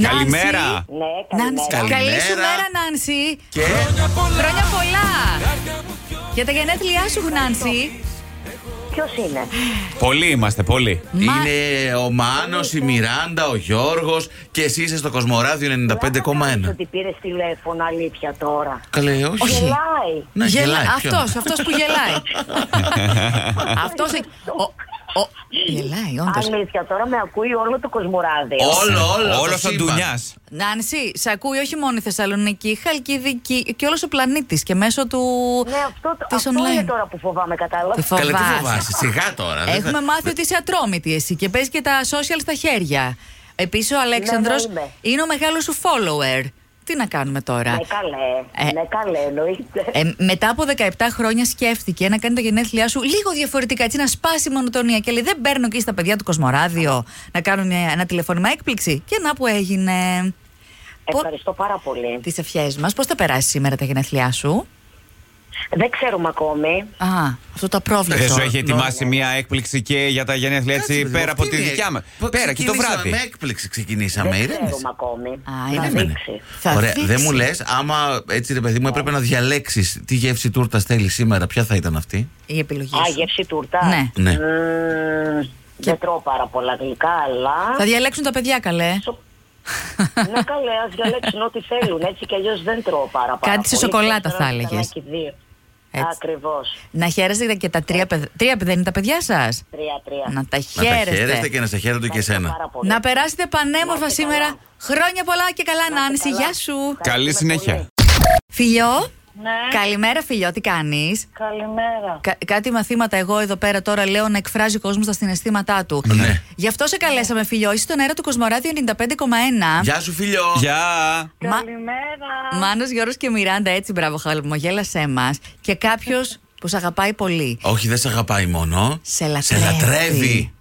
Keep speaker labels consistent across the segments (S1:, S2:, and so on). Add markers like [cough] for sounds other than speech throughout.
S1: Νάνση.
S2: Καλημέρα.
S3: Ναι,
S1: Νάνση.
S3: καλημέρα.
S2: Καλημέρα.
S1: Καλή σου μέρα, Νάνση.
S2: Και
S1: Χρόνια πολλά. Για τα γενέθλιά σου, Νάνση.
S3: Ποιος είναι,
S2: πολλοί είμαστε, πολλοί.
S4: Είναι ο Μάνος, η Μιράντα, ο Γιώργος και εσύ είσαι στο Κοσμοράδιο 95,1.
S3: Ότι πήρες τηλέφωνο, αλήθεια τώρα.
S4: Καλέ, όχι.
S3: Γελάει.
S4: Να γελάει. ποιο?
S1: Αυτός, αυτός που γελάει. αυτός... εκ- ο- ο- Γελάει, όντως.
S3: Αλήθεια τώρα με ακούει όλο το κοσμοράδιο.
S4: [laughs] Όλο, όλο.
S2: Όλο
S4: το
S2: ο
S4: σύμπαν.
S2: ντουνιά.
S1: Νάνση, σε ακούει όχι μόνο η Θεσσαλονίκη, η Χαλκιδική και όλος ο πλανήτης και μέσω του
S3: Ναι, αυτό,
S1: της
S3: αυτό
S1: online.
S3: είναι τώρα που φοβάμαι, κατάλαβα.
S1: Τι
S4: Καλέ, τι
S1: φοβάσαι.
S4: φοβάσαι, σιγά τώρα. δεν
S1: Έχουμε
S4: θα-
S1: μάθει ότι είσαι ατρόμητη εσύ και παίζεις και τα social στα χέρια. Επίσης ο Αλέξανδρος
S3: Ναι, ναι, είμαι.
S1: είναι ο μεγάλος σου follower. Τι να κάνουμε τώρα.
S3: Ναι, καλέ.
S1: Ε.
S3: Ναι, καλέ, εννοείται.
S1: Ε, μετά από 17 χρόνια σκέφτηκε να κάνει τα γενέθλιά σου λίγο διαφορετικά, έτσι να σπάσει η μονοτονία. Και λέει: Δεν παίρνω και στα παιδιά του Κοσμοράδιο να κάνουν μια- ένα τηλεφώνημα έκπληξη. Και να που έγινε.
S3: [laughs] Ευχαριστώ πάρα πολύ.
S1: Τις ευχές μας, πώς θα περάσει σήμερα τα γενέθλιά σου.
S3: Δεν ξέρουμε ακόμη.
S1: Α, αυτό το απρόβλεπτο.
S2: Δεν Ε, σου έχει ετοιμάσει μια έκπληξη και για τα γενέθλια
S4: Ναι, Κάτσε,
S2: έτσι
S4: παιδί μου,
S2: πέρα από
S4: αυτή
S2: τη
S4: είναι-
S2: δικιά μας.
S4: Πώς
S2: Πέρα και το
S4: ξεκινήσαμε,
S2: βράδυ.
S4: Με έκπληξη ξεκινήσαμε,
S3: Δεν
S4: ηρέμησε.
S3: ξέρουμε ακόμη.
S1: Α,
S3: Θα
S1: ηρέμενε.
S3: δείξει.
S1: Θα
S4: Ωραία,
S1: δείξει.
S4: δεν μου λες, άμα έτσι ρε παιδί μου έπρεπε να διαλέξεις τι γεύση τούρτα θέλει σήμερα, ποια θα ήταν αυτή.
S1: Η επιλογή
S3: Α,
S1: σου.
S3: γεύση τούρτα.
S1: Ναι.
S4: Ναι.
S3: Μμμ, Δεν τρώω πάρα πολλά γλυκά, αλλά.
S1: Θα διαλέξουν τα παιδιά, καλέ.
S3: Σο- ναι, καλέ, ας διαλέξουν ό,τι θέλουν. Έτσι κι αλλιώς δεν τρώω πάρα πολύ.
S1: Κάτι σε σοκολάτα θα έλεγες. Έτσι.
S3: Ακριβώς.
S1: [laughs] Να χαίρεστε και τα τρία παιδιά. Τρία παιδιά είναι τα παιδιά σας.
S3: Τρία-τρία.
S1: Να τα
S4: Να τα
S1: χαίρεστε.
S4: χαίρεστε και να σε χαίρονται και εσένα.
S1: Να περάσετε πανέμορφα σήμερα. Χρόνια πολλά και καλά, Νάνση. Γεια σου.
S2: Καλή συνέχεια.
S1: Φιλιό.
S3: Ναι.
S1: Καλημέρα, φιλιό, τι κάνεις.
S3: Καλημέρα.
S1: κάτι μαθήματα εγώ εδώ πέρα τώρα λέω να εκφράζει ο κόσμος τα συναισθήματά του.
S4: Ναι.
S1: Γι' αυτό σε καλέσαμε, φιλιό. Είσαι στον αέρα του Κοσμοράδιο 95,1.
S4: Γεια σου, φίλιο.
S2: Γεια.
S1: Μα...
S3: Καλημέρα.
S1: Μάνος, Γιώργος και Μιράντα, έτσι μπράβο, χαλμογέλασέ μας. Και κάποιος που σε αγαπάει πολύ.
S4: Όχι, δεν σε αγαπάει μόνο.
S1: Σε λατρεύει.
S4: λατρεύει.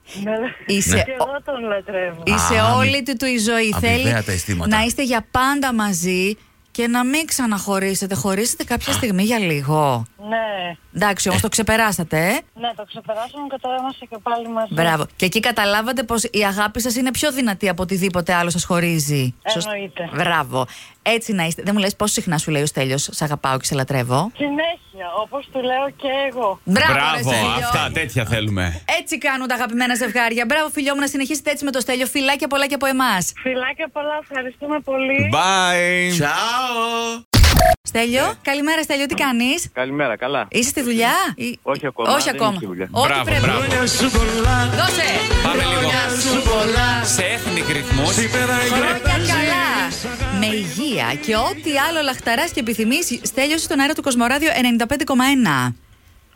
S1: Είσαι,
S4: Ναι.
S1: ο-
S5: Εγώ τον λατρεύω.
S1: Είσαι
S4: Α,
S1: όλη
S4: αμοι-
S1: του του η ζωή.
S4: αμοιβαία τα αισθήματα.
S1: να είστε για πάντα μαζί και να μην ξαναχωρήσετε. Χωρίσετε κάποια στιγμή για λίγο.
S5: Ναι,
S1: Εντάξει, όμως το ξεπεράσατε, ε.
S5: ναι, το ξεπεράσαμε και τώρα είμαστε και πάλι μαζί.
S1: Μπράβο. Και εκεί καταλάβατε πως η αγάπη σας είναι πιο δυνατή από οτιδήποτε άλλο σας χωρίζει. Σωσ-
S5: Εννοείται.
S1: Μπράβο. Έτσι να είστε. Δεν μου λες πόσο συχνά σου λέει ο Στέλιος Σ' αγαπάω και σε λατρεύω.
S5: Συνέχεια, όπως του λέω και εγώ.
S1: Μπράβο, ρε,
S2: Μπράβο,
S1: Στέλιο.
S2: αυτά τέτοια θέλουμε.
S1: Έτσι κάνουν τα αγαπημένα ζευγάρια. Μπράβο, φιλιό μου, να συνεχίσετε έτσι με το Στέλιο. Φιλάκια πολλά και από εμάς.
S5: Φιλάκια πολλά, ευχαριστούμε πολύ.
S2: Bye.
S4: Τσαο.
S1: Στέλιο,
S6: Ναι.
S1: καλημέρα, Στέλιο, τι κάνεις.
S6: Καλημέρα, καλά.
S1: Είσαι στη δουλειά, ή-
S6: Όχι ακόμα,
S1: Όχι
S6: δεν
S1: ακόμα.
S6: είμαι στη δουλειά.
S1: Ό,τι
S2: Μπράβο,
S1: πρέπει.
S2: μπράβο.
S1: Δώσε!
S2: Πάμε λίγο.
S1: Χρόνια σου πολλά.
S2: Σε ethnic ρυθμού.
S1: Χρόνια καλά. Με υγεία και ό,τι άλλο λαχταράς και επιθυμείς, στέλιωσε στον αέρα του Κοσμοράδιο 95,1.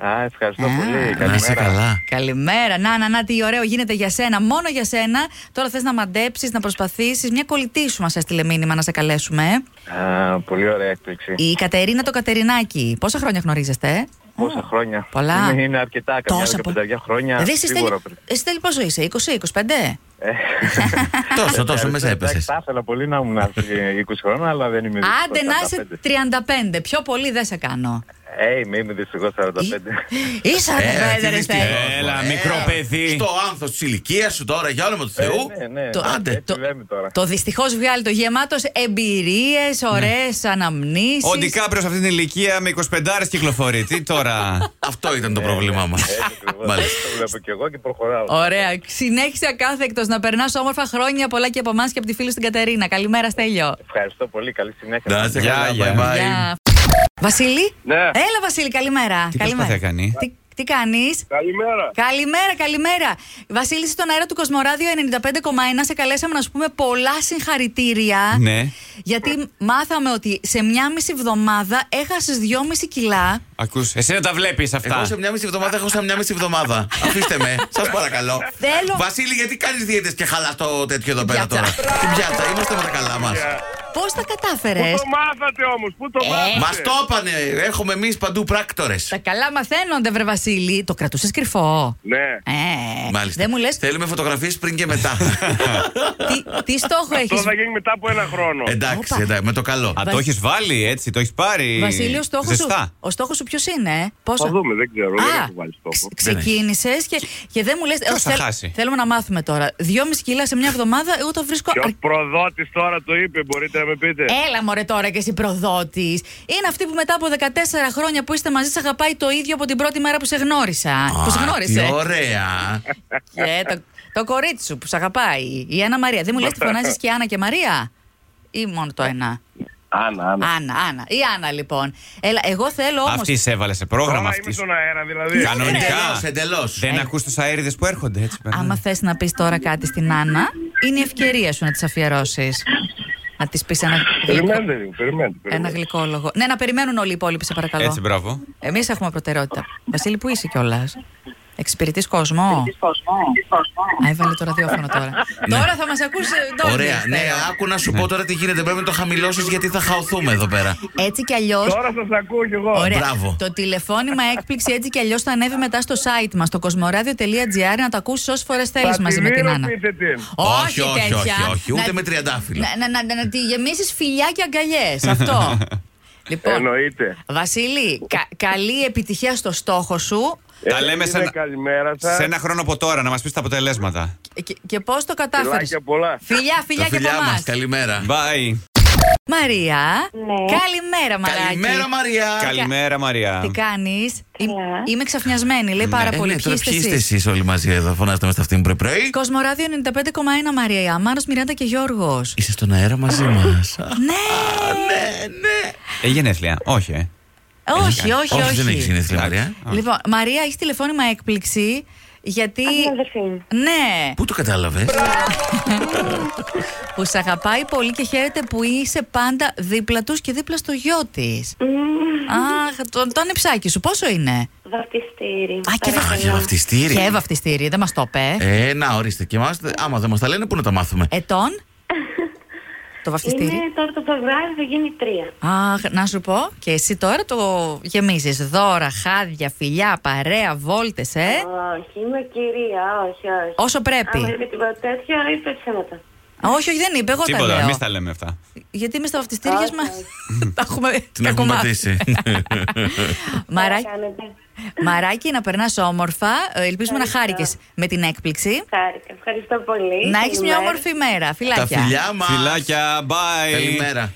S6: Α, ευχαριστώ
S1: Α,
S6: πολύ.
S4: Να είσαι
S6: Καλημέρα.
S4: καλά.
S1: Καλημέρα. Να, να, να, τι ωραίο γίνεται για σένα. Μόνο για σένα. Τώρα θες να μαντέψεις, να προσπαθήσεις. Μια κολλητή σου μας έστειλε μήνυμα να σε καλέσουμε. ε.
S6: Α, πολύ ωραία έκπληξη.
S1: Η Κατερίνα το Κατερινάκι. Πόσα χρόνια γνωρίζεστε, ε?
S6: Πόσα χρόνια.
S1: Πολλά.
S6: Είναι, είναι αρκετά, καμιά
S1: Τόσα
S6: και
S1: πολλά.
S6: πενταριά χρόνια.
S1: Δηλαδή, εσύ,
S6: σίγουρα
S1: Στέλιο-
S6: πριν.
S1: εσύ Στέλιο, πόσο είσαι, 20-25.
S6: Ε,
S4: Τόσο, τόσο
S6: ευχαριστώ.
S4: μέσα έπεσες.
S6: Εντάξει, Θα ήθελα πολύ να ήμουν αυτή 20 χρόνια, αλλά δεν είμαι δυστυχώς
S1: Άντε να είσαι
S6: 45.
S1: 35. Πιο πολύ δεν σε κάνω.
S6: Ε, είμαι, είμαι δυστυχώς 45.
S1: Είσαι
S4: Ε, αυτή
S1: ρε
S4: τη στιγμή.
S1: Στέλιο.
S2: Έλα, μικρό παιδί.
S4: Ε, Στο άνθος της ηλικίας σου τώρα, για όνομα του
S6: Ε,
S4: Θεού.
S6: Ναι, ναι.
S1: Το-
S6: Άντε.
S1: το-
S6: Τι λέμε τώρα.
S1: Το δυστυχώς βγάλει το γεμάτος εμπειρίες,
S2: Ναι.
S1: ωραίες αναμνήσεις
S2: Ο Ντικάπριος αυτή την ηλικία με 25 κυκλοφορεί. Τι τώρα.
S4: Αυτό ήταν το πρόβλημά μα.
S6: Ε, ναι, Έτσι ακριβώς.
S4: Μάλιστα.
S6: Το βλέπω και εγώ και προχωράω.
S1: Ωραία. Συνέχισε ακάθεκτος να περνάς όμορφα χρόνια πολλά και από εμάς και από τη φίλη στην Κατερίνα. Καλημέρα, Στέλιο.
S6: Ευχαριστώ πολύ. Καλή συνέχεια.
S4: Να είσαι
S2: Γεια,
S4: καλά,
S2: γεια.
S4: bye bye.
S1: Γεια. Βασίλη.
S7: Ναι.
S1: Έλα, Βασίλη, καλημέρα.
S2: Τι
S1: καλημέρα.
S2: προσπάθεια κάνει?
S1: Τι, τι κάνεις.
S7: Καλημέρα.
S1: Καλημέρα, καλημέρα. Βασίλη, είσαι στον αέρα του Κοσμοράδιο 95,1. Σε καλέσαμε να σου πούμε πολλά συγχαρητήρια.
S2: Ναι.
S1: Γιατί μάθαμε ότι σε μια μισή εβδομάδα έχασες 2,5 κιλά.
S2: Ακούς, εσύ να τα βλέπεις
S4: Εγώ
S2: αυτά.
S4: σε μια μισή εβδομάδα έχω σαν μια μισή εβδομάδα. Αφήστε με, σας παρακαλώ.
S1: Θέλω-
S4: Βασίλη, γιατί κάνεις δίαιτες και χαλάς το τέτοιο εδώ πέρα
S1: πιάτσα.
S4: τώρα. Την πιάτσα, είμαστε με τα καλά μας.
S1: Πώς τα
S7: Πού
S1: κατάφερε.
S7: το μάθατε όμως, πού το
S1: Ε,
S7: μάθατε.
S4: Μας το είπανε! Έχουμε εμείς παντού πράκτορες.
S1: Τα καλά μαθαίνονται, βρε Βασίλη. Το κρατούσες κρυφό.
S7: Ναι.
S1: Ε,
S4: Μάλιστα.
S1: Δεν μου λες
S4: Θέλουμε φωτογραφίες πριν και μετά.
S1: τι, τι στόχο έχει.
S7: Αυτό θα γίνει μετά από ένα χρόνο.
S4: εντάξει,
S1: Όπα.
S4: εντάξει, με το καλό.
S2: Α,
S1: Βασ-
S2: το έχεις βάλει έτσι, το έχεις πάρει.
S1: Βασίλη, ο στόχος σου,
S2: Ζεστά.
S1: ο στόχος σου ποιος είναι, ε? Πόσο.
S7: Θα δούμε, δεν ξέρω, δεν
S1: Α,
S7: έχω βάλει στόχο.
S1: ξεκίνησες και, και δεν μου λες.
S2: Ποιος θα χάσει?
S1: Θέλουμε να μάθουμε τώρα. Δυόμιση κιλά σε μια εβδομάδα, εγώ το βρίσκω.
S7: Και
S1: αρ-
S7: ο προδότης τώρα το είπε, μπορείτε να με πείτε.
S1: Έλα μωρέ τώρα και εσύ προδότης. Είναι αυτή που μετά από 14 χρόνια που είστε μαζί, σε αγαπάει το ίδιο από την πρώτη μέρα που σε γνώρισα. που σε
S4: Α,
S1: γνώρισε.
S4: Τι ωραία.
S1: Ε, το, το κορίτσι σου που σε αγαπάει. Η Άννα Μαρία. Δεν μου λες τι φωνάζεις και Άννα και Μαρία. Ή μόνο το ένα.
S7: Άννα, άννα.
S1: Άννα, Άννα. Η Άννα λοιπόν. Έλα, εγώ θέλω όμως.
S2: Αυτή σε έβαλε σε
S7: Τώρα
S2: πρόγραμμα.
S7: είμαι
S2: Αυτή.
S7: στον αέρα δηλαδή.
S1: Κάνω-
S2: Κανονικά.
S4: Εντελώς, εντελώς.
S2: Δεν ακούς τους αέριδες που έρχονται έτσι πέρα.
S1: Ε, Άμα θες να πεις τώρα κάτι στην Άννα, είναι η ευκαιρία σου να τη αφιερώσεις. Να της πεις ένα,
S7: Περιμένετε λίγο, περιμένετε.
S1: ένα
S7: περιμένετε.
S1: γλυκόλογο. Ναι, να περιμένουν όλοι οι υπόλοιποι, σε παρακαλώ.
S2: Έτσι, μπράβο.
S1: Εμείς έχουμε προτεραιότητα. Βασίλη, πού είσαι κιόλας. Εξυπηρετείς κόσμο. Α, έβαλε το ραδιόφωνο τώρα. Τώρα θα μας ακούσει. Ντόνι,
S4: Ωραία.
S1: Στέλλα.
S4: Ναι, άκου να σου πω τώρα τι γίνεται. Πρέπει να το χαμηλώσεις γιατί θα χαωθούμε εδώ πέρα.
S1: Έτσι κι αλλιώς.
S7: Τώρα σας ακούω κι εγώ.
S1: Λοιπόν. Ωραία.
S4: Μπράβο.
S1: Το τηλεφώνημα έκπληξη έτσι κι αλλιώς θα ανέβει μετά στο site μας, στο κοσμοράδιο.gr, να το ακούσεις όσες φορές θέλει
S7: Θα
S1: μαζί
S7: τη
S1: με την Άννα.
S7: δίνω, πείτε την.
S1: Όχι,
S4: όχι,
S1: τέτοια.
S4: όχι, όχι. Ούτε
S1: Να- Ναι,
S4: με τριαντάφυλλο.
S1: Να, να, να, να τη γεμίσεις φιλιά και αγκαλιές. Αυτό.
S4: [laughs]
S1: λοιπόν,
S7: Εννοείται.
S1: Βασίλη, κα- καλή επιτυχία στο στόχο σου.
S2: Τα
S7: Ε,
S2: λέμε σε
S7: είναι
S2: ένα-
S7: Καλημέρα σας.
S2: Σε ένα χρόνο από τώρα να μας πεις τα αποτελέσματα.
S1: Και, και πώς το κατάφερες.
S7: Φιλάκια πολλά.
S1: Φιλιά,
S4: Τα
S1: φιλιά και
S4: φιλιά
S1: από
S4: μας.
S1: εμάς.
S4: Καλημέρα.
S2: Bye.
S1: Μαρία, καλημέρα, Μαράκι.
S4: Καλημέρα, Μαρία.
S2: Καλημέρα, Μαρία.
S1: Τι κάνεις, Είμαι ξαφνιασμένη, λέει πάρα
S4: Ε,
S1: πολύ.
S4: ναι,
S1: Ποιοι
S4: τώρα
S1: είστε
S4: ποιοι είστε
S1: εσείς?
S4: εσείς όλοι μαζί εδώ, φωνάστε με στα αυτήν πρωί πρωί.
S1: Κοσμοράδιο 95,1 Μαρία Ιαμάνος, Μιράντα και Γιώργος.
S4: Είσαι στον αέρα μαζί
S1: [laughs]
S4: μας.
S1: Ε, ναι!
S4: Ναι, ναι.
S2: Ε, γενέθλια. Όχι, ε.
S1: όχι, όχι, όχι.
S4: Όχι, δεν έχει συνέθλια, Μαρία.
S1: Λοιπόν, Μαρία, έχεις τηλεφώνημα έκπληξη. Γιατί.
S3: Αυτή είναι η αδερφή μου.
S1: Ναι,
S4: Πού το κατάλαβες.
S1: που σε αγαπάει πολύ και χαίρεται που είσαι πάντα δίπλα τους και δίπλα στο γιο της.
S3: Mm.
S1: Αχ, το, το ανεψάκι σου, πόσο είναι.
S3: Βαπτιστήρι.
S1: Α, και
S4: Α, για βαφτιστήρι.
S1: Και βαφτιστήρι, δεν μας το είπε.
S4: Ε, να ορίστε και εμά. Άμα δεν μας τα λένε, πού να τα μάθουμε.
S1: Ετών. Ε, το βαφτιστήρι.
S3: Είναι τώρα το Φεβρουάριο θα γίνει τρία.
S1: Αχ, να σου πω και εσύ τώρα το γεμίζεις δώρα, χάδια, φιλιά, παρέα, βόλτες, ε.
S3: Όχι, είμαι κυρία, όχι, όχι.
S1: Όσο πρέπει.
S3: Άμα είμαι τίποτα τέτοια, είπε ψέματα.
S1: Α, όχι, όχι, δεν είπε, εγώ τα
S2: Τίποτα,
S1: λέω.
S2: εμείς τα λέμε αυτά.
S1: Γιατί εμείς τα βαφτιστήρια
S3: Όχι,
S1: μας. [laughs] τα έχουμε
S4: Την έχουμε
S1: κακομάθει. [laughs]
S4: πατήσει.
S1: Μαράκι,
S3: Τα κάνετε.
S1: Μαράκι, να περνάς όμορφα. Ε, Ελπίζουμε να χάρηκες με την έκπληξη.
S3: Χάρηκα. Ευχαριστώ πολύ.
S1: Να έχεις μια
S3: Καλημέρα.
S1: όμορφη μέρα.
S4: Τα
S1: Φιλάκια.
S4: φιλιά μας.
S2: Φιλάκια, bye.
S4: Καλημέρα.